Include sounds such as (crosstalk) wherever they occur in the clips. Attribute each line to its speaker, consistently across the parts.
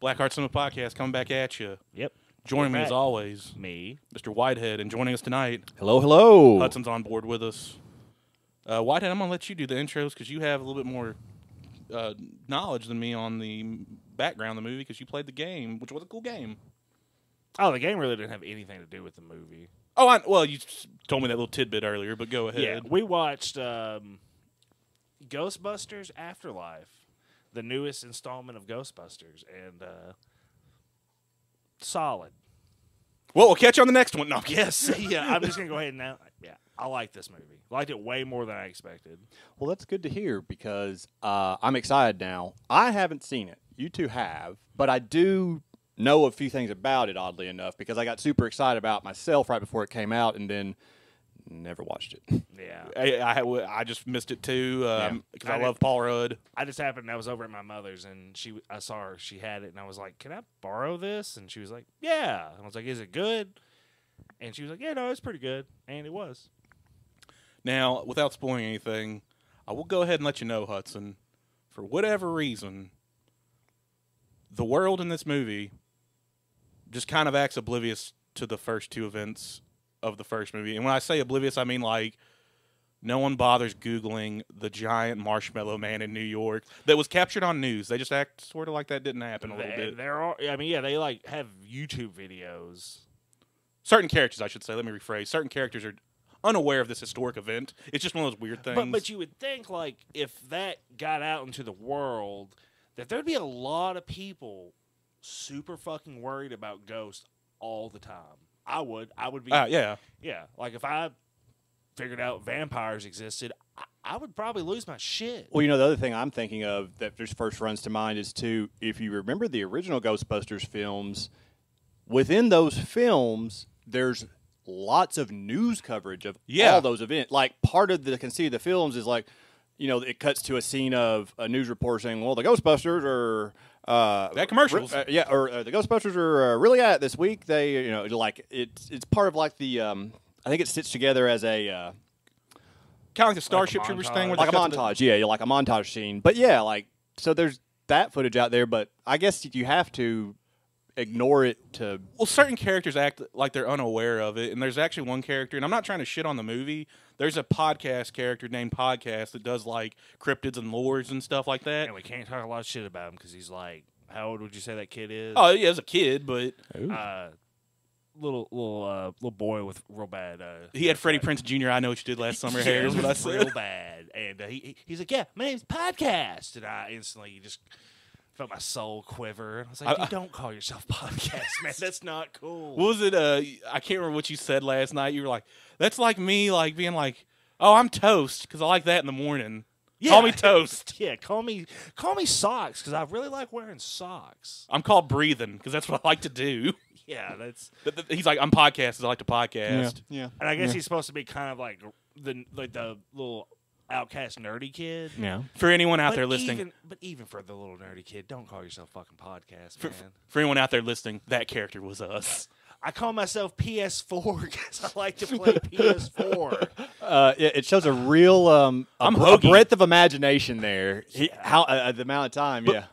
Speaker 1: Black Heart Cinema Podcast coming back at you.
Speaker 2: Yep.
Speaker 1: Joining me
Speaker 2: Right.
Speaker 1: as always,
Speaker 2: Me.
Speaker 1: Mr. Whitehead, and joining us tonight,
Speaker 3: Hello, hello.
Speaker 1: Hudson's on board with us. Uh, Whitehead, I'm gonna let you do the intros because you have a little bit more uh, knowledge than me on the background of the movie because you played the game, which was a cool game.
Speaker 2: Oh, the game really didn't have anything to do with the movie.
Speaker 1: Oh, I, well, you s- told me that little tidbit earlier, but go ahead.
Speaker 2: Yeah, we watched um, Ghostbusters Afterlife, the newest installment of Ghostbusters, and uh,
Speaker 3: (laughs)
Speaker 2: solid.
Speaker 1: Well, we'll catch you on the next one. No, yes.
Speaker 2: yeah, I'm just gonna go ahead and now. Yeah, I like this movie. Liked it way more than I expected.
Speaker 3: Well, that's good to hear because uh, I'm excited now. I haven't seen it. You two have, but I do know a few things about it. Oddly enough, because I got super excited about myself right before it came out, and then never watched it. (laughs)
Speaker 1: (laughs)
Speaker 2: Yeah,
Speaker 1: I, I, I just missed it too because
Speaker 3: Yeah.
Speaker 1: I, love Paul Rudd.
Speaker 2: I just happened. I was over at my mother's, and she, I saw her. She had it, and I was like, "Can I borrow this?" And she was like, "Yeah." And I was like, "Is it good?" And she was like, "Yeah, no, it's pretty good." And it was.
Speaker 1: Now, without spoiling anything, I will go ahead and let you know, Hudson, for whatever reason, the world in this movie just kind of acts oblivious to the first two events of the first movie. And when I say oblivious, I mean like no one bothers Googling the giant marshmallow man in New York that was captured on news. They just act sort of like that didn't happen a little
Speaker 2: They-
Speaker 1: bit.
Speaker 2: There are. I mean, yeah, they like have YouTube videos.
Speaker 1: Certain characters, I should say, let me rephrase. Certain characters are unaware of this historic event. It's just one of those weird things.
Speaker 2: But but you would think like if that got out into the world, that there'd be a lot of people super fucking worried about ghosts all the time. I would. I would be.
Speaker 1: Ah, yeah.
Speaker 2: yeah. Like if I figured out vampires existed, I, I would probably lose my shit.
Speaker 3: Well, you know, the other thing I'm thinking of that just first runs to mind is too, if you remember the original Ghostbusters films, within those films, there's lots of news coverage of
Speaker 1: Yeah.
Speaker 3: all those events. Like part of the conceit of the films is like, you know, it cuts to a scene of a news report saying, "Well, the Ghostbusters are." Uh,
Speaker 1: They had commercials.
Speaker 3: uh, yeah, or uh, the Ghostbusters are uh, really at it this week. They, you know, like it's it's part of like the um, I think it sits together as a uh,
Speaker 1: kind of like the Starship Troopers
Speaker 2: montage.
Speaker 1: thing, where
Speaker 3: like a
Speaker 1: they cut to the-
Speaker 3: montage. yeah, yeah, like a montage scene. But yeah, like so there's that footage out there, but I guess you have to ignore it to
Speaker 1: well, certain characters act like they're unaware of it, and there's actually one character, and I'm not trying to shit on the movie. There's a podcast character named Podcast that does like cryptids and lores and stuff like that.
Speaker 2: and we can't talk a lot of shit about him because he's like, how old would you say that kid is?
Speaker 1: Oh yeah, as a kid, but
Speaker 2: Uh, little little uh, little boy with real bad. Uh,
Speaker 1: he had Freddie Prince Jr. I know what you did
Speaker 2: (laughs)
Speaker 1: last summer. hair is
Speaker 2: it
Speaker 1: what I
Speaker 2: was
Speaker 1: said.
Speaker 2: real bad. And uh, he, he he's like, yeah, my name's Podcast, and I instantly just felt my soul quiver. And I was like,
Speaker 1: I-
Speaker 2: you don't call yourself Podcast,
Speaker 1: (laughs)
Speaker 2: man. That's not cool.
Speaker 1: What was it? Uh, I can't remember what you said last night. You were like, "That's like me, like being like, oh, I'm toast because I like that in the morning. Call me toast.
Speaker 2: yeah, call me call me socks because I really like wearing socks.
Speaker 1: I'm called breathing because that's what I like to do." (laughs)
Speaker 2: Yeah, that's
Speaker 1: Th- th- He's like, "I'm podcast 'cause I like to podcast."
Speaker 3: yeah.
Speaker 2: and I guess he's supposed to be kind of like the like the little outcast nerdy kid.
Speaker 3: Yeah.
Speaker 1: For anyone out
Speaker 2: But
Speaker 1: there listening,
Speaker 2: even- but even for the little nerdy kid, don't call yourself fucking podcast,
Speaker 1: For,
Speaker 2: man.
Speaker 1: for anyone out there listening, that character was us.
Speaker 2: I call myself PS4 (laughs) because I like
Speaker 1: (laughs)
Speaker 2: to play PS4.
Speaker 3: Uh, it, it shows a real um, a,
Speaker 1: I'm
Speaker 3: br- a
Speaker 1: hokey.
Speaker 3: breadth of imagination there. He, How uh, uh, the amount of time? yeah.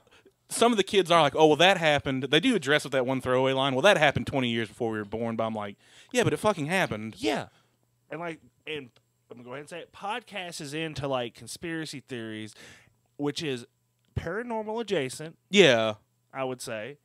Speaker 1: Some of the kids are like, "Oh, well, that happened." They do address with that one throwaway line. Well, that happened 20 years before we were born. But I'm like, yeah, but it fucking happened.
Speaker 2: Yeah. And like and I'm gonna go ahead and say it. Podcast is into like conspiracy theories, which is paranormal adjacent,
Speaker 1: Yeah,
Speaker 2: I would say.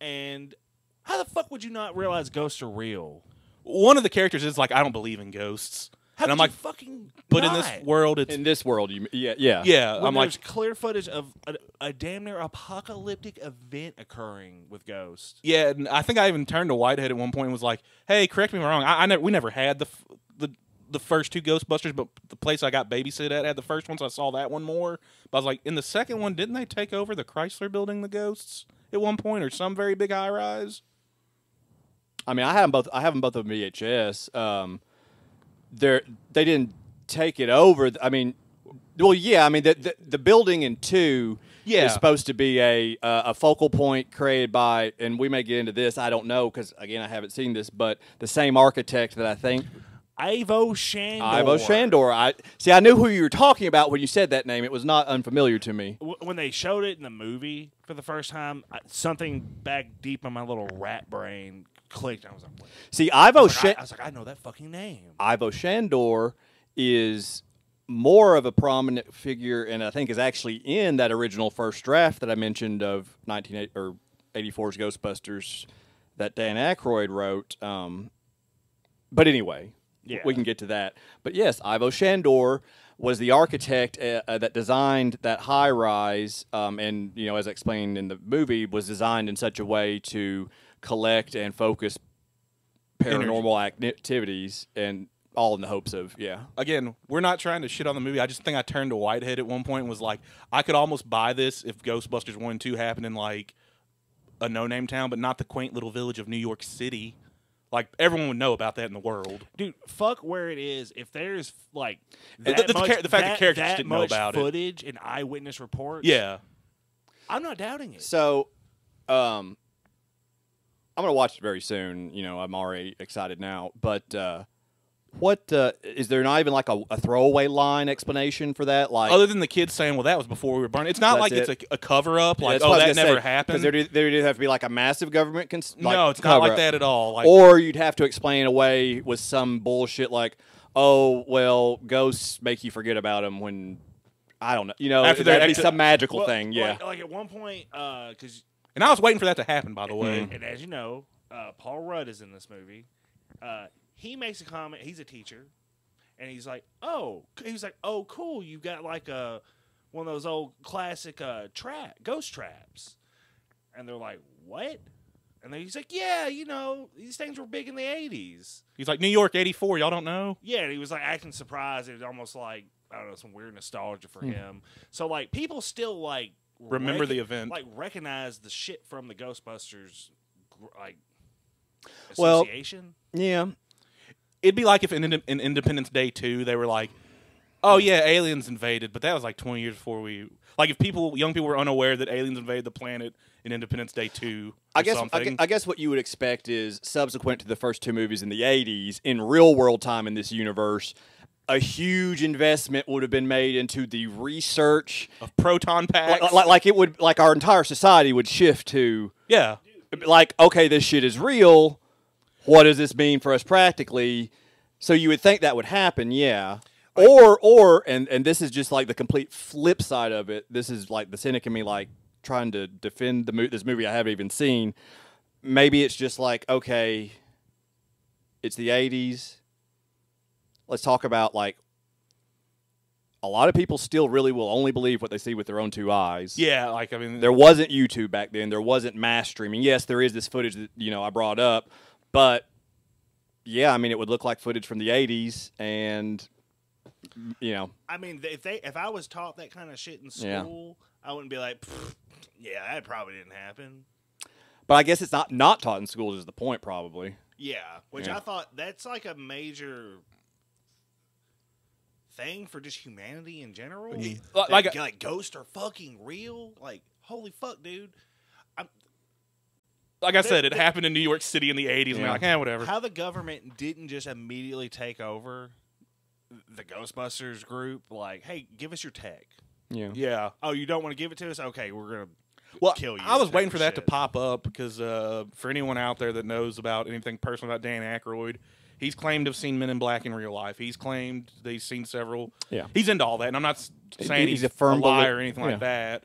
Speaker 2: And how the fuck would you not realize ghosts are real?
Speaker 1: one of the characters is like, "I don't believe in ghosts,"
Speaker 2: How
Speaker 1: and
Speaker 2: could
Speaker 1: I'm like,
Speaker 2: you fucking
Speaker 1: "But in this
Speaker 2: not?
Speaker 1: world, it's
Speaker 3: In this world, you yeah yeah
Speaker 1: yeah."
Speaker 2: When
Speaker 1: Uh, I'm like,
Speaker 2: there's clear footage of a, a damn near apocalyptic event occurring with ghosts.
Speaker 1: "Yeah." And I think I even turned to Whitehead at one point and was like, "Hey, correct me if I'm wrong. I, I never, we never had the f- the the first two Ghostbusters, but the place I got babysit at had the first one, so I saw that one more. But I was like, in the second one, didn't they take over the Chrysler building, the ghosts, at one point, or some very big high rise?
Speaker 3: I mean, I had them both. I have them both on VHS. Um, they they didn't take it over. I mean, well, yeah. I mean, the the, the building in two
Speaker 1: Yeah.
Speaker 3: is supposed to be a uh, a focal point created by, and we may get into this. I don't know because again, I haven't seen this, but the same architect that I think
Speaker 2: Ivo Shandor.
Speaker 3: Ivo Shandor. I see. I knew who you were talking about when you said that name. It was not unfamiliar to me.
Speaker 2: W- When they showed it in the movie for the first time, I- something back deep in my little rat brain clicked. I was like, "Wait."
Speaker 3: See, Ivo
Speaker 2: Like, I,
Speaker 3: Shan-
Speaker 2: I was like, I know that fucking name.
Speaker 3: Ivo Shandor is more of a prominent figure, and I think is actually in that original first draft that I mentioned of 1980 or 84's Ghostbusters that Dan Aykroyd wrote. Um, but anyway,
Speaker 2: Yeah.
Speaker 3: we can get to that. But yes, Ivo Shandor was the architect uh, uh, that designed that high rise, um, and you know, as explained in the movie, was designed in such a way to collect and focus paranormal activities, and all in the hopes of yeah.
Speaker 1: Again, we're not trying to shit on the movie. I just think I turned to Whitehead at one point and was like, I could almost buy this if Ghostbusters 1 and 2 happened in like a no name town, but not the quaint little village of New York City. Like, everyone would know about that in the world.
Speaker 2: dude, fuck where it is. If there's like
Speaker 1: The-
Speaker 2: that
Speaker 1: the- the
Speaker 2: much-
Speaker 1: char- the fact that
Speaker 2: that-
Speaker 1: characters
Speaker 2: that
Speaker 1: didn't know
Speaker 2: much
Speaker 1: about it.
Speaker 2: footage and eyewitness reports,
Speaker 1: Yeah.
Speaker 2: I'm not doubting it.
Speaker 3: So, um, I'm gonna watch it very soon. You know, I'm already excited now. But uh, what uh, is there not even like a, a throwaway line explanation for that? Like,
Speaker 1: Other than the kids saying, well, that was before we were burned. It's not
Speaker 3: That's
Speaker 1: like it's
Speaker 3: it.
Speaker 1: a, a cover up, like,
Speaker 3: that's
Speaker 1: oh,
Speaker 3: what I
Speaker 1: that
Speaker 3: was gonna
Speaker 1: never
Speaker 3: say, 'cause
Speaker 1: happened.
Speaker 3: There do, there do have to be like a massive government. Cons- like,
Speaker 1: no, it's not like
Speaker 3: cover-up.
Speaker 1: that at all. Like,
Speaker 3: or you'd have to explain away with some bullshit like, oh, well, ghosts make you forget about them when I don't know. You know,
Speaker 1: After
Speaker 3: after
Speaker 1: they're
Speaker 3: that'd be
Speaker 1: ex-
Speaker 3: some magical
Speaker 2: Well,
Speaker 3: thing. Yeah.
Speaker 2: Like, like at one point, uh, because
Speaker 1: and I was waiting for that to happen, by the
Speaker 3: Mm-hmm.
Speaker 1: way.
Speaker 2: and, and as you know, uh, Paul Rudd is in this movie. Uh, he makes a comment. He's a teacher, and he's like, "Oh," he was like, "Oh, cool. You got like a one of those old classic uh, trap ghost traps," and they're like, "What?" And then he's like, "Yeah, you know, these things were big in the '80s."
Speaker 1: He's like, New York 84, y'all don't know?
Speaker 2: Yeah, and he was like acting surprised. It was almost like I don't know, some weird nostalgia for him. So like people still like
Speaker 1: Hmm. Remember the event.
Speaker 2: like recognize the shit from the Ghostbusters gr- like
Speaker 3: Well-
Speaker 2: association.
Speaker 3: yeah.
Speaker 1: It'd be like if in, in Independence Day 2, they were like, oh, yeah, aliens invaded, but that was like 20 years before we. Like, if people, young people were unaware that aliens invaded the planet in Independence Day 2 or
Speaker 3: I guess I
Speaker 1: something.
Speaker 3: gue- I guess what you would expect is subsequent to the first two movies in the 80s in real world time in this universe a huge investment would have been made into the research
Speaker 1: of proton packs.
Speaker 3: like, like, like it would like our entire society would shift to
Speaker 1: yeah.
Speaker 3: like okay this shit is real what does this mean for us practically so you would think that would happen yeah or or and and this is just like the complete flip side of it this is like the cynic in me like trying to defend the mo- this movie i haven't even seen maybe it's just like okay it's the 80s let's talk about like a lot of people still really will only believe what they see with their own two eyes
Speaker 1: Yeah, like, I mean,
Speaker 3: there wasn't YouTube back then. There wasn't mass streaming. Yes, there is this footage that you know I brought up, but yeah, I mean it would look like footage from the '80s, and you know,
Speaker 2: I mean, if they if I was taught that kind of shit in
Speaker 3: Yeah.
Speaker 2: school, I wouldn't be like, "Pfft, yeah, that probably didn't happen.
Speaker 3: but I guess it's not not taught in schools is the point probably.
Speaker 2: Yeah, which
Speaker 3: Yeah.
Speaker 2: I thought that's like a major thing for just humanity in general.
Speaker 1: like-
Speaker 2: like,
Speaker 1: like-
Speaker 2: like ghosts are fucking real. Like holy fuck, dude!
Speaker 1: like I said,
Speaker 2: there-
Speaker 1: it happened in New York City in the 80s, and
Speaker 3: Yeah.
Speaker 1: we're like, eh, whatever.
Speaker 2: How the government didn't just immediately take over the Ghostbusters group? Like, hey, give us your tech.
Speaker 3: Yeah,
Speaker 1: yeah.
Speaker 2: Oh, you don't want to give it to us? Okay, we're gonna
Speaker 1: well,
Speaker 2: kill you
Speaker 1: I was
Speaker 2: type
Speaker 1: waiting
Speaker 2: of
Speaker 1: for that to
Speaker 2: shit.
Speaker 1: pop up because uh, for anyone out there that knows about anything personal about Dan Aykroyd, he's claimed to have seen Men in Black in real life. He's claimed that he's seen several.
Speaker 3: Yeah.
Speaker 1: he's into all that, and I'm not s-
Speaker 3: He-
Speaker 1: saying he's,
Speaker 3: he's
Speaker 1: a
Speaker 3: a firm
Speaker 1: liar
Speaker 3: belie-
Speaker 1: or anything like that.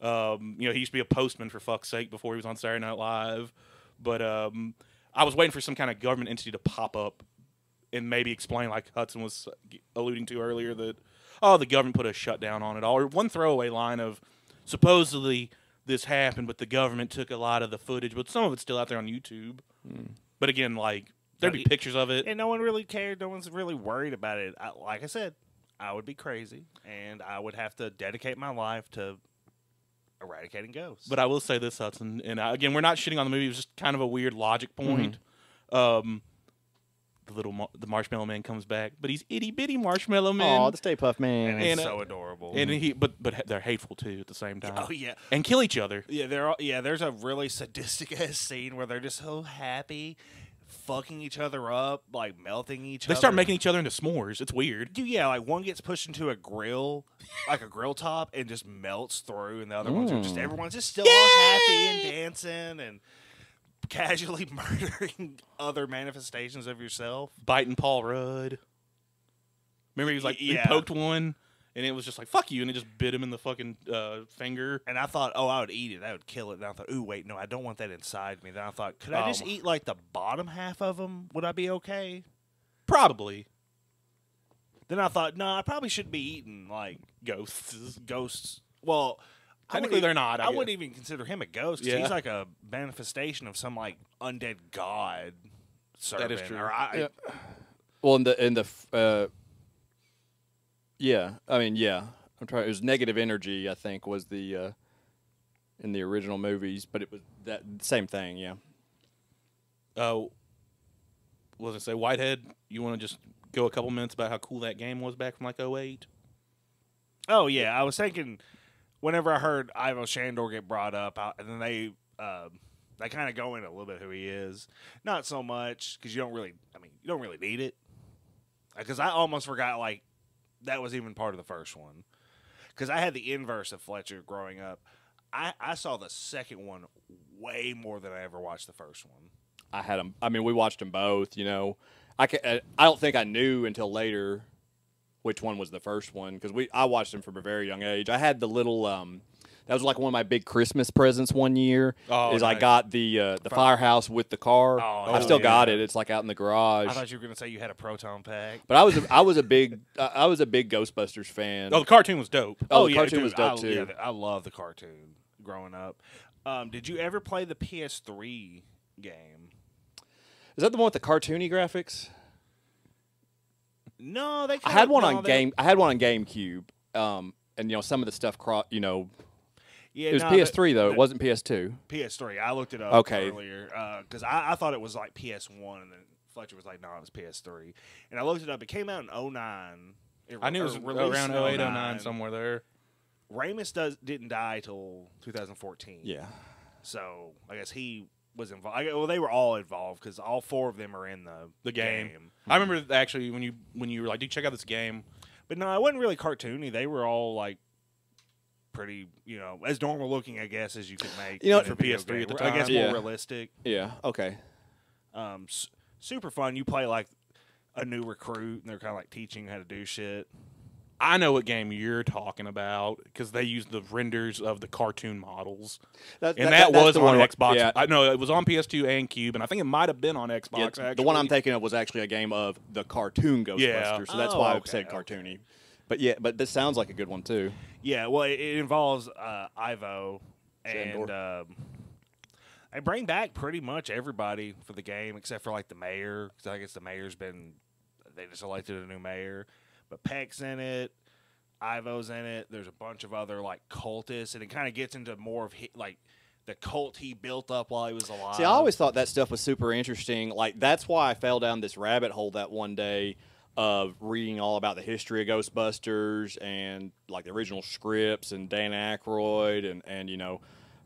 Speaker 1: Um, you know, he used to be a postman for fuck's sake before he was on Saturday Night Live. But um, I was waiting for some kind of government entity to pop up and maybe explain, like Hudson was alluding to earlier, that oh, the government put a shutdown on it all, or one throwaway line of supposedly this happened, but the government took a lot of the footage, but some of it's still out there on YouTube.
Speaker 2: Hmm.
Speaker 1: But again, like there'd be
Speaker 2: Right.
Speaker 1: pictures of it.
Speaker 2: and no one really cared. No one's really worried about it. I, like I said, I would be crazy, and I would have to dedicate my life to eradicating ghosts.
Speaker 1: But I will say this, Hudson, and I, again, we're not shitting on the movie. It was just kind of a weird logic
Speaker 2: Mm-hmm.
Speaker 1: point. Um, the little mar- the marshmallow man comes back, but he's itty bitty marshmallow man,
Speaker 3: Oh, the Stay Puff man.
Speaker 2: and it's
Speaker 1: and, uh,
Speaker 2: so adorable.
Speaker 1: and he but but they're hateful too at the same time,
Speaker 2: oh yeah,
Speaker 1: and kill each other.
Speaker 2: (laughs) yeah. There are yeah. There's a really sadistic ass scene where they're just so happy. fucking each other up, like melting each
Speaker 1: They
Speaker 2: other.
Speaker 1: start making each other into s'mores. It's weird.
Speaker 2: Dude, yeah, like one gets pushed into a grill, like a grill top, and just melts through, and the other ones are just
Speaker 3: Mm.
Speaker 2: everyone's just still all happy and dancing and casually (laughs) murdering other manifestations of yourself.
Speaker 1: Biting Paul Rudd. Remember he was like he
Speaker 2: Yeah.
Speaker 1: poked one, and it was just like fuck you, and it just bit him in the fucking uh, finger.
Speaker 2: And I thought, oh, I would eat it. That would kill it. And I thought, ooh, wait, no, I don't want that inside me. Then I thought, could I just
Speaker 1: Um.
Speaker 2: eat like the bottom half of them? Would I be okay?
Speaker 1: Probably
Speaker 2: Then I thought, no, I probably shouldn't be eating like
Speaker 1: ghosts.
Speaker 2: ghosts. Well, I
Speaker 1: Technically,
Speaker 2: wouldn't
Speaker 1: they're not. I,
Speaker 2: I,
Speaker 1: guess.
Speaker 2: wouldn't even consider him a ghost. 'cause
Speaker 1: Yeah.
Speaker 2: He's like a manifestation of some like undead god. Servant,
Speaker 1: true.
Speaker 2: Or I,
Speaker 3: Yeah. Well, in the in the f- uh, yeah, I mean, yeah, I'm trying. It was negative energy. I think was the uh, in the original movies, but it was that same thing. Yeah,
Speaker 1: Uh, was it say Whitehead? You want to just go a couple minutes about how cool that game was back from like 08?
Speaker 2: Oh yeah, I was thinking. Whenever I heard Ivo Shandor get brought up, I, and then they um they kind of go into a little bit who he is. Not so much because you don't really. I mean, you don't really need it. Because I almost forgot like that was even part of the first one. Because I had the inverse of Fletcher growing up. I, I saw the second one way more than I ever watched the first one.
Speaker 3: I had them. I mean, we watched them both. You know, I ca uh, I don't think I knew until later which one was the first one because we I watched them from a very young age. I had the little um. That was like one of my big Christmas presents one year.
Speaker 1: Oh,
Speaker 3: is I
Speaker 1: nice.
Speaker 3: got the uh, the firehouse with the car.
Speaker 2: Oh,
Speaker 3: I've still
Speaker 2: yeah.
Speaker 3: got it. It's like out in the garage.
Speaker 2: I thought you were gonna say you had a proton pack.
Speaker 3: But I was a, I was a big I I was a big Ghostbusters fan.
Speaker 1: Oh, the cartoon was dope.
Speaker 3: Oh, the cartoon
Speaker 2: dude,
Speaker 3: was dope
Speaker 2: I,
Speaker 3: too.
Speaker 2: yeah, I love the cartoon growing up. Um, did you ever play the PS3 game?
Speaker 3: Is that the one with the cartoony graphics?
Speaker 2: No, they.
Speaker 3: I
Speaker 2: kinda-
Speaker 3: had one
Speaker 2: no,
Speaker 3: on
Speaker 2: they-
Speaker 3: game. I had one on GameCube. Um, and you know some of the stuff. Cro- you know,
Speaker 2: Yeah,
Speaker 3: it was
Speaker 2: no, the-
Speaker 3: PS3 though.
Speaker 2: the
Speaker 3: It wasn't PS2.
Speaker 2: PS3. I looked it up
Speaker 3: Okay.
Speaker 2: earlier because I, I thought it was like PS1, and then Fletcher was like, "No, it was PS3." And I looked it up. It came out in 09. It oh
Speaker 1: I knew it
Speaker 2: or
Speaker 1: was
Speaker 2: released
Speaker 1: around
Speaker 2: in
Speaker 1: 08, 09, somewhere there.
Speaker 2: Ramus does didn't die till 2014.
Speaker 3: Yeah.
Speaker 2: So I guess he was involved. Well, they were all involved because all four of them are in the
Speaker 1: The game. I remember th- actually when you when you were like, dude, check out this game.
Speaker 2: But no, it wasn't really cartoony. They were all like pretty, you know, as normal looking, I guess, as you could make.
Speaker 3: You know,
Speaker 2: in a
Speaker 1: for
Speaker 2: video
Speaker 1: PS3 at
Speaker 2: game.
Speaker 1: the
Speaker 2: I guess
Speaker 1: time.
Speaker 2: more
Speaker 3: Yeah.
Speaker 2: realistic.
Speaker 3: Yeah. Okay.
Speaker 2: Um, s- super fun. You play like a new recruit, and they're kind of like teaching you how to do shit.
Speaker 1: I know what game you're talking about because they used the renders of the cartoon models,
Speaker 3: That,
Speaker 1: and that,
Speaker 3: that's
Speaker 1: was
Speaker 3: the
Speaker 1: on
Speaker 3: where-
Speaker 1: Xbox.
Speaker 3: Yeah.
Speaker 1: I know it was on PS2 and Cube, and I think it might have been on Xbox.
Speaker 3: yeah,
Speaker 1: actually.
Speaker 3: the one I'm thinking of was actually a game of the cartoon Ghostbusters,
Speaker 1: Yeah.
Speaker 3: so that's
Speaker 2: Oh,
Speaker 3: why
Speaker 2: okay,
Speaker 3: I said
Speaker 2: okay.
Speaker 3: cartoony. But yeah, but this sounds like a good one too.
Speaker 2: Yeah, well, it, it involves uh, Ivo and um, they bring back pretty much everybody for the game except for like the mayor. 'cause I guess the mayor's been they just elected a new mayor, but Peck's in it. Ivo's in it. There's a bunch of other like cultists, and it kind of gets into more of hi like the cult he built up while he was alive.
Speaker 3: See, I always thought that stuff was super interesting. Like that's why I fell down this rabbit hole that one day of reading all about the history of Ghostbusters and like the original scripts and Dan Aykroyd and and you know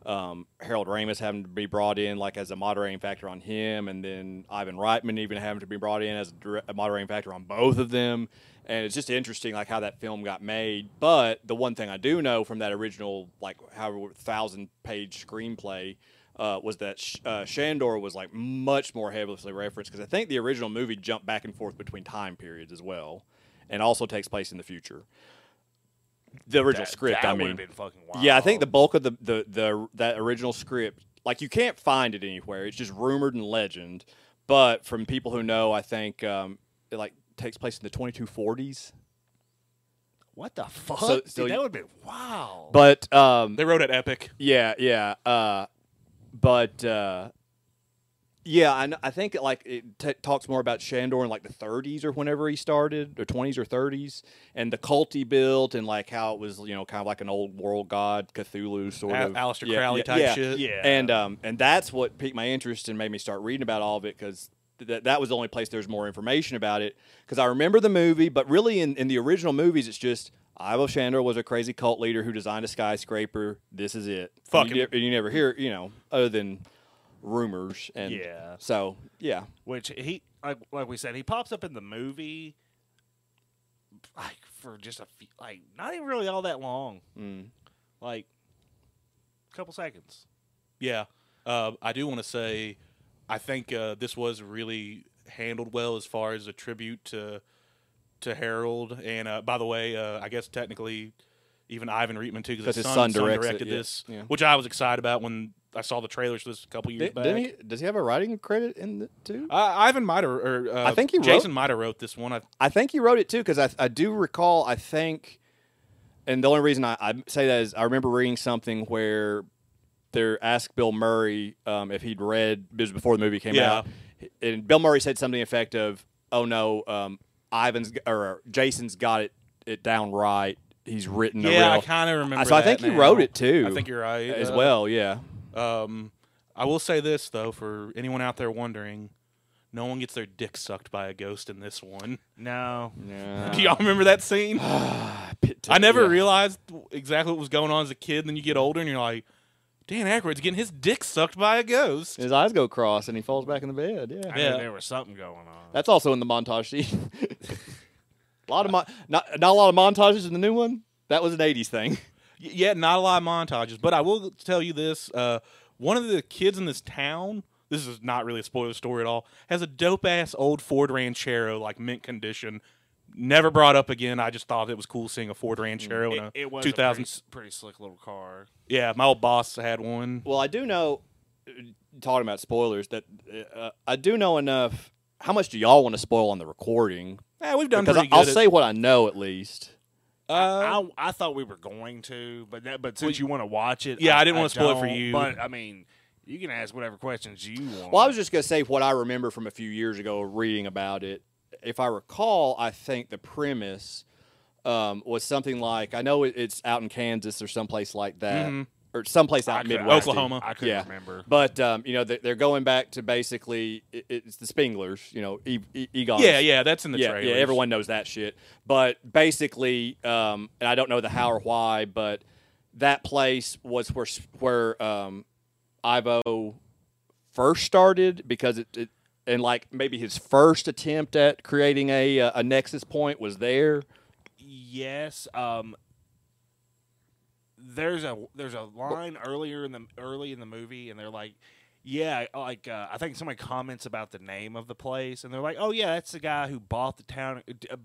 Speaker 3: um, Harold Ramis having to be brought in like as a moderating factor on him, and then Ivan Reitman even having to be brought in as a, dire- a moderating factor on both of them. And it's just interesting like how that film got made. But the one thing I do know from that original like however thousand page screenplay uh, was that Sh- uh, Shandor was like much more heavily referenced because I think the original movie jumped back and forth between time periods as well, and also takes place in the future. The original
Speaker 2: That-
Speaker 3: script,
Speaker 2: that
Speaker 3: I
Speaker 2: would've
Speaker 3: mean,
Speaker 2: been fucking
Speaker 3: yeah, I think the
Speaker 2: wild.
Speaker 3: bulk of the, the the that original script, like you can't find it anywhere. It's just rumored and legend, but from people who know, I think um, it like takes place in the 2240s.
Speaker 2: what the fuck?
Speaker 3: So-
Speaker 2: Dude,
Speaker 3: so you-
Speaker 2: that would have been wow.
Speaker 3: But um,
Speaker 1: they wrote it epic.
Speaker 3: Yeah, yeah. Uh, but uh, yeah, I, kn- I think it, like it t- talks more about Shandor in like the 30s or whenever he started, or 20s or 30s, and the cult he built, and like how it was, you know, kind of like an old world god Cthulhu sort
Speaker 1: Al-
Speaker 3: of
Speaker 1: Aleister
Speaker 3: Yeah,
Speaker 1: Crowley
Speaker 3: yeah,
Speaker 1: type
Speaker 3: yeah.
Speaker 1: shit.
Speaker 2: yeah,
Speaker 3: And um, and that's what piqued my interest and made me start reading about all of it because th- that was the only place there was more information about it. Because I remember the movie, but really in, in the original movies, it's just Ivo Shandor was a crazy cult leader who designed a skyscraper. This is it.
Speaker 1: Fuck
Speaker 3: you,
Speaker 1: him.
Speaker 3: ne- you never hear, you know, other than rumors and
Speaker 2: Yeah.
Speaker 3: So yeah,
Speaker 2: which he like like we said he pops up in the movie like for just a few, like not even really all that long
Speaker 3: mm.
Speaker 2: like a couple seconds
Speaker 1: Yeah, uh, I do want to say, I think uh, this was really handled well as far as a tribute to to Harold. And uh, by the way, uh, I guess technically, even Ivan Reitman too, because his, son,
Speaker 3: directs it,
Speaker 1: directed
Speaker 3: yeah,
Speaker 1: this,
Speaker 3: yeah.
Speaker 1: which I was excited about when I saw the trailers for this a couple years
Speaker 3: Did,
Speaker 1: back.
Speaker 3: didn't he, does he have a writing credit in the, too?
Speaker 1: Uh, Ivan might have, or uh,
Speaker 3: I think he wrote-
Speaker 1: Jason might have wrote this one. I,
Speaker 3: I think he wrote it too because I, I do recall. I think, and the only reason I, I say that is I remember reading something where they're asked Bill Murray um, if he'd read it was before the movie came
Speaker 1: Yeah.
Speaker 3: out, and Bill Murray said something to the effect of, "Oh no, um, Ivan's g- or Jason's got it it down right. He's written the
Speaker 1: yeah, I
Speaker 3: real."
Speaker 1: kind of remember.
Speaker 3: so I
Speaker 1: that
Speaker 3: think he
Speaker 1: now.
Speaker 3: wrote it too.
Speaker 1: I think you're right
Speaker 3: as
Speaker 1: uh,
Speaker 3: well. Yeah,
Speaker 1: Um, I will say this though, for anyone out there wondering, no one gets their dick sucked by a ghost in this one. (laughs)
Speaker 2: no
Speaker 1: Do y'all remember that
Speaker 3: (laughs)
Speaker 1: scene?
Speaker 3: Ah,
Speaker 1: I never realized exactly what was going on as a kid. Then you get older and you're like, Dan Aykroyd's getting his dick sucked by a ghost.
Speaker 3: His eyes go cross and he falls back in the bed. Yeah.
Speaker 2: I knew
Speaker 1: Yeah.
Speaker 2: there was something going on
Speaker 3: That's also in the montage scene. (laughs) a lot of mon- not not a lot of montages in the new one. That was an '80s thing. (laughs)
Speaker 1: Y- Yeah, not a lot of montages, but I will tell you this: uh, one of the kids in this town. This is not really a spoiler story at all. Has a dope ass old Ford Ranchero, like mint condition. Never brought up again. I just thought it was cool seeing a Ford Ranchero in a
Speaker 2: Mm, it, it was
Speaker 1: 2000.
Speaker 2: 2000 pretty, slick little car
Speaker 1: Yeah, my old boss had one.
Speaker 3: Well, I do know. uh, Talking about spoilers, that uh, I do know enough. How much do y'all want to spoil on the recording?
Speaker 1: Yeah, we've done
Speaker 3: because I,
Speaker 1: pretty
Speaker 3: I'll
Speaker 1: good. at-
Speaker 3: say what I know at least.
Speaker 1: uh,
Speaker 2: I, I thought we were going to but that but since you want to watch it
Speaker 1: Yeah, I
Speaker 2: I
Speaker 1: didn't wanna spoil it for
Speaker 2: don't,
Speaker 1: you.
Speaker 2: but I mean you can ask whatever questions you want
Speaker 3: Well, I was just gonna say what I remember from a few years ago of reading about it. If I recall, I think the premise um, was something like I know it- it's out in Kansas or someplace like that,
Speaker 1: Mhm.
Speaker 3: or someplace
Speaker 2: I
Speaker 3: out
Speaker 2: could-
Speaker 3: Midwest,
Speaker 1: Oklahoma.
Speaker 2: I couldn't
Speaker 3: Yeah.
Speaker 2: remember
Speaker 3: But um, you know they- they're going back to basically it- it's the Spinglers, you know, e- e- Egon.
Speaker 1: yeah, yeah, that's in the
Speaker 3: yeah,
Speaker 1: trailers.
Speaker 3: yeah. Everyone knows that shit. But basically, um, and I don't know the how or why, but that place was where s- where um, Ivo first started because it, it and like maybe his first attempt at creating a uh, a nexus point was there.
Speaker 2: Yes. Um, there's a there's a line earlier in the early in the movie, and they're like, "Yeah, like uh, I think somebody comments about the name of the place, and they're like, "Oh yeah, that's the guy who bought the town, uh,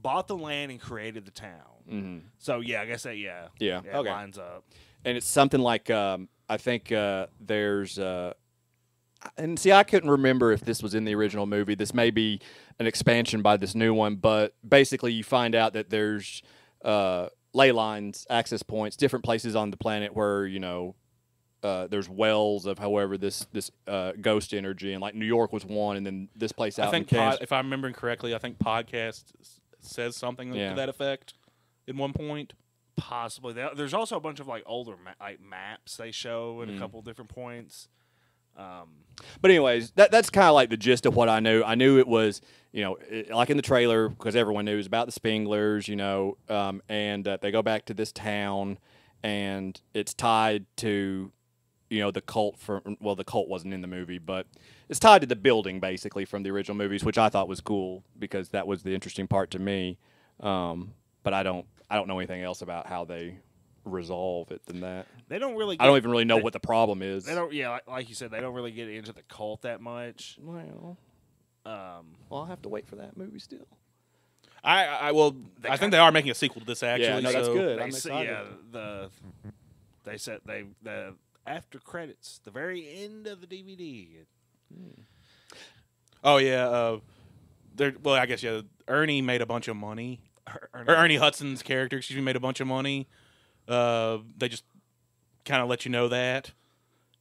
Speaker 2: bought the land and created the town."
Speaker 3: Mm-hmm.
Speaker 2: So yeah, I guess that yeah,
Speaker 3: Yeah,
Speaker 2: it
Speaker 3: okay.
Speaker 2: lines up.
Speaker 3: and it's something like um, I think uh, there's uh, and see I couldn't remember if this was in the original movie. This may be an expansion by this new one, but basically you find out that there's uh, ley lines, access points, different places on the planet where you know. Uh, there's wells of however this this uh, ghost energy and like New York was one and then this place out
Speaker 1: I think
Speaker 3: in
Speaker 1: pod,
Speaker 3: Kansas.
Speaker 1: if I'm remembering correctly, I think podcast s- says something
Speaker 3: Yeah.
Speaker 1: to that effect at one point.
Speaker 2: Possibly There- there's also a bunch of like older ma- like maps they show
Speaker 3: Mm.
Speaker 2: at a couple different points. Um,
Speaker 3: But anyways, that that's kind of like the gist of what I knew. I knew it was, you know, it, like in the trailer because everyone knew it was about the Spinglers, you know, um, and uh, they go back to this town, and it's tied to, you know, the cult from. Well, the cult wasn't in the movie, but it's tied to the building basically from the original movies, which I thought was cool because that was the interesting part to me. Um, but I don't, I don't know anything else about how they resolve it than that.
Speaker 2: they don't really. Get,
Speaker 3: I don't even really know what the problem is.
Speaker 2: They don't, yeah, like, like you said, they don't really get into the cult that much.
Speaker 3: Well.
Speaker 2: Um,
Speaker 3: Well, I'll have to wait for that movie still.
Speaker 1: I, I well, I think they are making a sequel to this actually.
Speaker 3: yeah, no, that's
Speaker 1: so-
Speaker 3: good.
Speaker 2: they
Speaker 3: I'm
Speaker 2: say,
Speaker 3: excited.
Speaker 2: yeah, the they said they the after credits, the very end of the DVD.
Speaker 1: Oh yeah, uh, they're well, I guess yeah. Ernie made a bunch of money,
Speaker 2: Er-
Speaker 1: or Ernie Hudson's character, excuse me, made a bunch of money. Uh, they just kind of let you know that,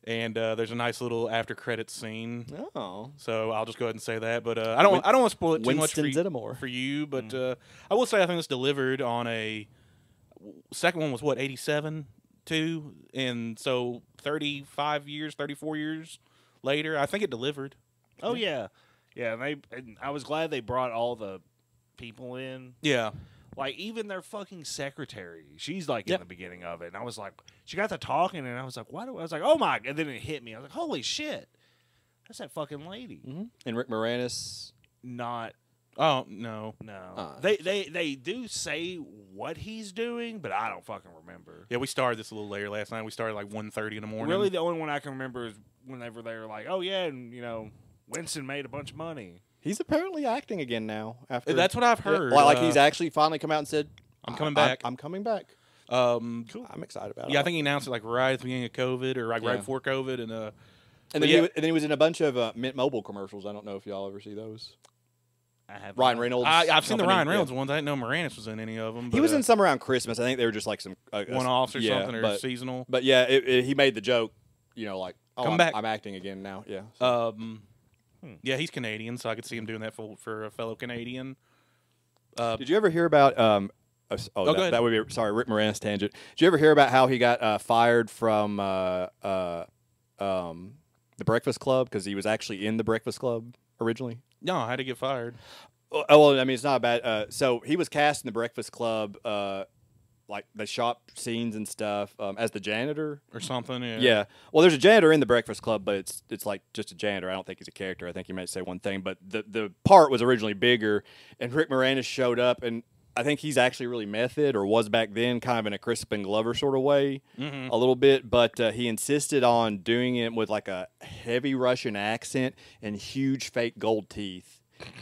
Speaker 1: and uh, there's a nice little after credits scene.
Speaker 3: Oh,
Speaker 1: So I'll just go ahead and say that, but uh, I don't
Speaker 3: Win-
Speaker 1: I don't want to spoil it too much for
Speaker 3: Winston Mm.
Speaker 1: you,
Speaker 3: Zeddemore.
Speaker 1: for you. But uh, I will say I think this delivered on a second one was what eighty seven two, and so thirty five years, thirty four years later, I think it delivered.
Speaker 2: oh yeah, yeah. And they and I was glad they brought all the people in.
Speaker 1: Yeah,
Speaker 2: Like even their fucking secretary, she's like
Speaker 3: Yep.
Speaker 2: in the beginning of it, and I was like, she got to talking, and I was like, why do I was like, oh my, and then it hit me. I was like, holy shit, that's that fucking lady.
Speaker 3: And Rick Moranis.
Speaker 2: Not
Speaker 1: Oh no.
Speaker 2: no,
Speaker 3: Uh.
Speaker 2: they they they do say what he's doing, but I don't fucking remember.
Speaker 1: Yeah, we started this a little later last night. We started like 1.30 in the morning.
Speaker 2: Really, the only one I can remember is whenever they were like, oh yeah, and you know, Winston made a bunch of money.
Speaker 3: He's apparently acting again now. After
Speaker 1: Uh, That's what I've
Speaker 3: Yeah,
Speaker 1: heard.
Speaker 3: Well, like
Speaker 1: Uh,
Speaker 3: he's actually finally come out and said,
Speaker 1: I'm coming
Speaker 3: I-
Speaker 1: back."
Speaker 3: I'm, coming back."
Speaker 1: um,
Speaker 3: I'm excited about it.
Speaker 1: yeah, I think he announced it like right at the beginning of COVID or like right
Speaker 3: Oh. Yeah.
Speaker 1: before COVID, and uh,
Speaker 3: And then,
Speaker 1: But yeah.
Speaker 3: he, wa- and then he was in a bunch of uh, Mint Mobile commercials. I don't know if y'all ever see those.
Speaker 2: I have
Speaker 3: Ryan Reynolds.
Speaker 1: I, I've seen the
Speaker 3: company,
Speaker 1: Ryan
Speaker 3: yeah.
Speaker 1: Reynolds ones. I didn't know Moranis was in any of them.
Speaker 3: He was in some around Christmas. I think they were just like some uh, uh,
Speaker 1: one offs or
Speaker 3: yeah,
Speaker 1: something or
Speaker 3: But,
Speaker 1: seasonal.
Speaker 3: but yeah, it, it- he made the joke. You know, like oh,
Speaker 1: Come
Speaker 3: I'm,
Speaker 1: back.
Speaker 3: I'm acting again now. Yeah.
Speaker 1: Um,
Speaker 3: Hmm.
Speaker 1: yeah, he's Canadian, so I could see him doing that for for a fellow Canadian. Uh,
Speaker 3: Did you ever hear about? Um, uh, s- oh,
Speaker 1: go
Speaker 3: that,
Speaker 1: ahead.
Speaker 3: that would be sorry, Rick Moranis tangent. Did you ever hear about how he got uh, fired from uh, uh, um, the Breakfast Club because he was actually in the Breakfast Club originally?
Speaker 1: no, I had to get fired.
Speaker 3: Oh, well, I mean, it's not bad. Uh, so he was cast in the Breakfast Club, uh, like the shop scenes and stuff, um, as the janitor.
Speaker 1: or something. Yeah.
Speaker 3: Yeah. Well, there's a janitor in the Breakfast Club, but it's it's like just a janitor. I don't think he's a character. I think he might say one thing, but the the part was originally bigger, and Rick Moranis showed up, and I think he's actually really method or was back then, kind of in a Crispin Glover sort of way, a little bit. But uh, he insisted on doing it with like a heavy Russian accent and huge fake gold teeth.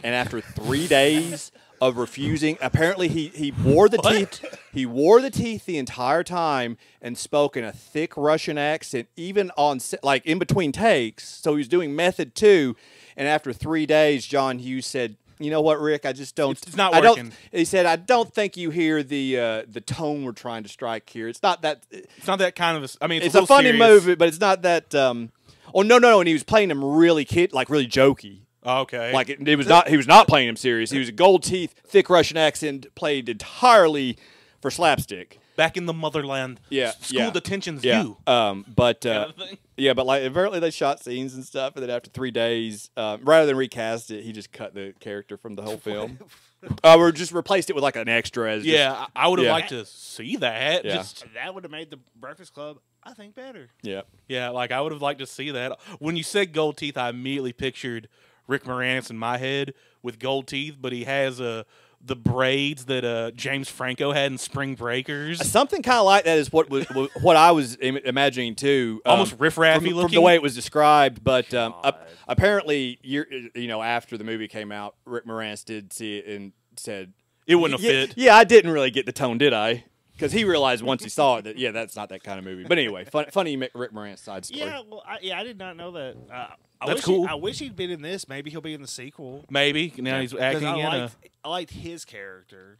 Speaker 3: And after three days of refusing, apparently he, he wore the teeth. He wore the teeth the entire time and spoke in a thick Russian accent, even on se- like in between takes. So he was doing method two. And after three days, John Hughes said, "You know what, Rick? I just don't.
Speaker 1: It's- it's not
Speaker 3: I don't-
Speaker 1: working."
Speaker 3: He said, "I don't think you hear the uh, the tone we're trying to strike here. It's not that.
Speaker 1: It's not that kind of. A, s- I mean, it's,
Speaker 3: It's
Speaker 1: a,
Speaker 3: a
Speaker 1: little
Speaker 3: funny
Speaker 1: serious.
Speaker 3: movie, but it's not that. Um, oh no, no, no! And he was playing him really kid, like really jokey."
Speaker 1: Oh, okay.
Speaker 3: Like it, it was not he was not playing him serious. He was gold teeth, thick Russian accent, played entirely for slapstick.
Speaker 1: back in the motherland.
Speaker 3: Yeah,
Speaker 1: S- School
Speaker 3: yeah.
Speaker 1: detention's
Speaker 3: Yeah.
Speaker 1: due.
Speaker 3: Um, but uh,
Speaker 1: Kind of thing.
Speaker 3: yeah, but like apparently they shot scenes and stuff, and then after three days, um, rather than recast it, he just cut the character from the whole film, (laughs) uh, or just replaced it with like an extra. As just-
Speaker 1: yeah, I, I would have
Speaker 3: Yeah.
Speaker 1: liked to see that.
Speaker 3: Yeah.
Speaker 1: Just
Speaker 2: That would have made the Breakfast Club, I think, better.
Speaker 3: yeah.
Speaker 1: yeah, like I would have liked to see that. When you said gold teeth, I immediately pictured Rick Moranis in my head with gold teeth, but he has uh, the braids that uh, James Franco had in Spring Breakers.
Speaker 3: Something kind of like that is what was was- what I was im- imagining too. um,
Speaker 1: Almost riffraffy
Speaker 3: from, from
Speaker 1: looking.
Speaker 3: the way it was described. But um, ap-
Speaker 2: God.
Speaker 3: apparently, year, you know, after the movie came out, Rick Moranis did see it and said,
Speaker 1: it wouldn't have
Speaker 3: yeah,
Speaker 1: fit.
Speaker 3: yeah, I didn't really get the tone, did I?" Because he realized once he saw it that yeah, that's not that kind of movie. But anyway, fun, funny Mi- Rick Moranis side story.
Speaker 2: Yeah, well, I, yeah, I did not know that. Uh, I
Speaker 1: That's
Speaker 2: wish
Speaker 1: cool.
Speaker 2: He, I wish he'd been in this. Maybe he'll be in the sequel.
Speaker 1: Maybe now
Speaker 3: Yeah.
Speaker 1: he's
Speaker 2: 'Cause
Speaker 1: acting
Speaker 2: I
Speaker 1: in a.
Speaker 2: liked, I liked his character.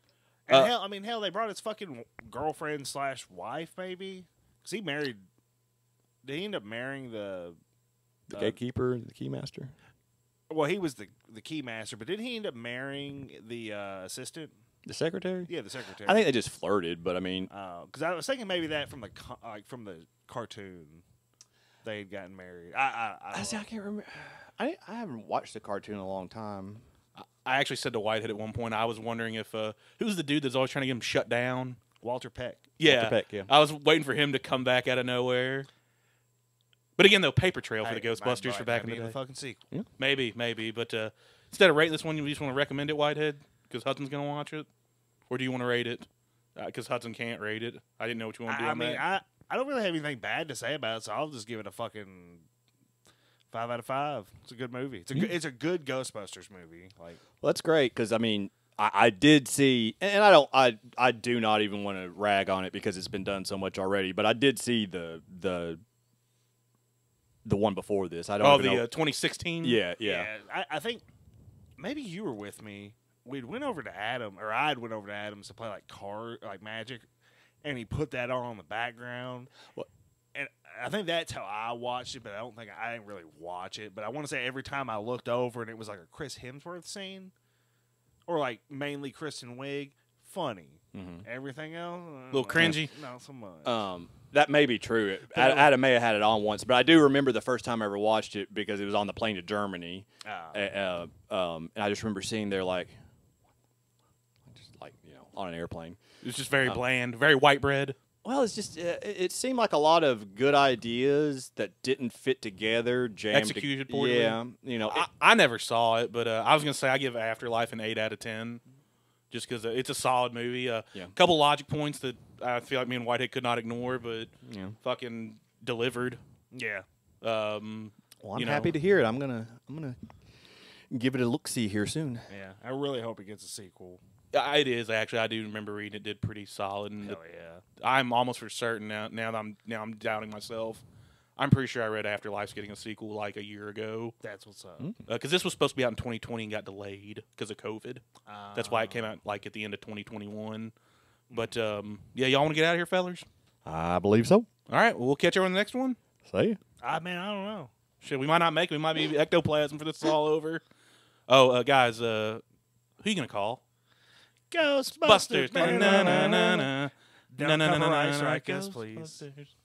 Speaker 2: And
Speaker 1: Uh,
Speaker 2: hell, I mean, hell, they brought his fucking girlfriend slash wife, maybe, because he married. Did he end up marrying the?
Speaker 3: The
Speaker 2: uh,
Speaker 3: gatekeeper, the keymaster.
Speaker 2: Well, he was the the key master, but did he end up marrying the uh, assistant?
Speaker 3: The secretary?
Speaker 2: Yeah, the secretary.
Speaker 3: I think they just flirted, but I mean,
Speaker 2: because Uh, I was thinking maybe that from the co- like from the cartoon they had gotten married. I I, I,
Speaker 3: I, see, I can't remember. I, I haven't watched the cartoon in a long time.
Speaker 1: I actually said to Whitehead at one point, I was wondering if uh, who's the dude that's always trying to get him shut down.
Speaker 2: Walter Peck.
Speaker 1: Yeah.
Speaker 3: Peck, yeah.
Speaker 1: I was waiting for him to come back out of nowhere. But again, though, paper trail Oh, for the
Speaker 2: Hey, might-
Speaker 1: Ghostbusters for
Speaker 2: might
Speaker 1: back in
Speaker 2: be
Speaker 1: the day.
Speaker 2: fucking sequel.
Speaker 1: Maybe, maybe. But uh, instead of rating this one, you just want to recommend it, Whitehead, because Hudson's going to watch it? Or do you want to rate it? Because Hudson can't rate it. I didn't know what you want to do
Speaker 2: I, I
Speaker 1: on
Speaker 2: mean,
Speaker 1: that.
Speaker 2: I I don't really have anything bad to say about it, so I'll just give it a fucking five out of five. It's a good movie. It's a good, it's a good Ghostbusters movie. Like
Speaker 3: Well, that's great because I mean, I, I did see, and I don't, I, I do not even want to rag on it because it's been done so much already. But I did see the the the one before this. I don't.
Speaker 1: oh,
Speaker 3: even
Speaker 1: the
Speaker 3: know.
Speaker 1: uh, 2016?
Speaker 3: yeah, yeah,
Speaker 2: I, I think maybe you were with me. We'd went over to Adam, or I'd went over to Adams to play like card, like magic, and he put that on in the background.
Speaker 3: What?
Speaker 2: And I think that's how I watched it, but I don't think I didn't really watch it. But I want to say every time I looked over and it was like a Chris Hemsworth scene, or like mainly Kristen Wiig, funny.
Speaker 3: Mhm.
Speaker 2: Everything else, uh,
Speaker 1: Little cringy.
Speaker 2: Not so much.
Speaker 3: Um, that may be true. It,
Speaker 2: But
Speaker 3: Ad- Adam may have had it on once, but I do remember the first time I ever watched it because it was on the plane to Germany,
Speaker 2: Ah.
Speaker 3: uh, uh, um, and I just remember seeing there like, like you know on an airplane.
Speaker 1: It's just
Speaker 3: Uh-huh.
Speaker 1: very bland, very white bread.
Speaker 3: Well, it's just uh, it, it seemed like a lot of good ideas that didn't fit together, jammed. to-
Speaker 1: Executed poorly.
Speaker 3: Yeah, you know,
Speaker 1: I, I never saw it, but uh, I was gonna say I give Afterlife an eight out of ten, just because it's a solid movie. A
Speaker 3: Yeah.
Speaker 1: couple logic points that I feel like me and Whitehead could not ignore, but
Speaker 3: it- you know.
Speaker 1: fucking delivered.
Speaker 2: Yeah.
Speaker 1: Um,
Speaker 3: Well, I'm
Speaker 1: you know.
Speaker 3: happy to hear it. I'm gonna I'm gonna give it a look see here soon.
Speaker 2: Yeah. I really hope it gets a sequel.
Speaker 1: I- it is actually. I do remember reading it did pretty solid, and
Speaker 2: Hell yeah.
Speaker 1: I'm almost for certain now. Now that I'm now I'm doubting myself. I'm pretty sure I read Afterlife's getting a sequel like a year ago
Speaker 2: That's what's up.
Speaker 3: Hmm?
Speaker 1: because this was supposed to be out in 2020 and got delayed because of COVID.
Speaker 2: Uh,
Speaker 1: That's why it came out like at the end of 2021. But um, yeah, y'all want to get out of here, fellers?
Speaker 3: I believe so.
Speaker 1: All right, well, we'll catch you on the next one.
Speaker 3: See. ya.
Speaker 2: I mean, I don't know.
Speaker 1: Shit, we might not make it. We might be ectoplasm for this is all over. Oh, uh, guys, uh, who you gonna call?
Speaker 2: Ghostbusters.
Speaker 1: Busters.
Speaker 2: Na, na, na, na, na. Don't
Speaker 1: Na, na, na,
Speaker 2: cover
Speaker 1: na,
Speaker 2: ice
Speaker 1: na,
Speaker 2: like this,
Speaker 1: Ghostbusters.
Speaker 2: please.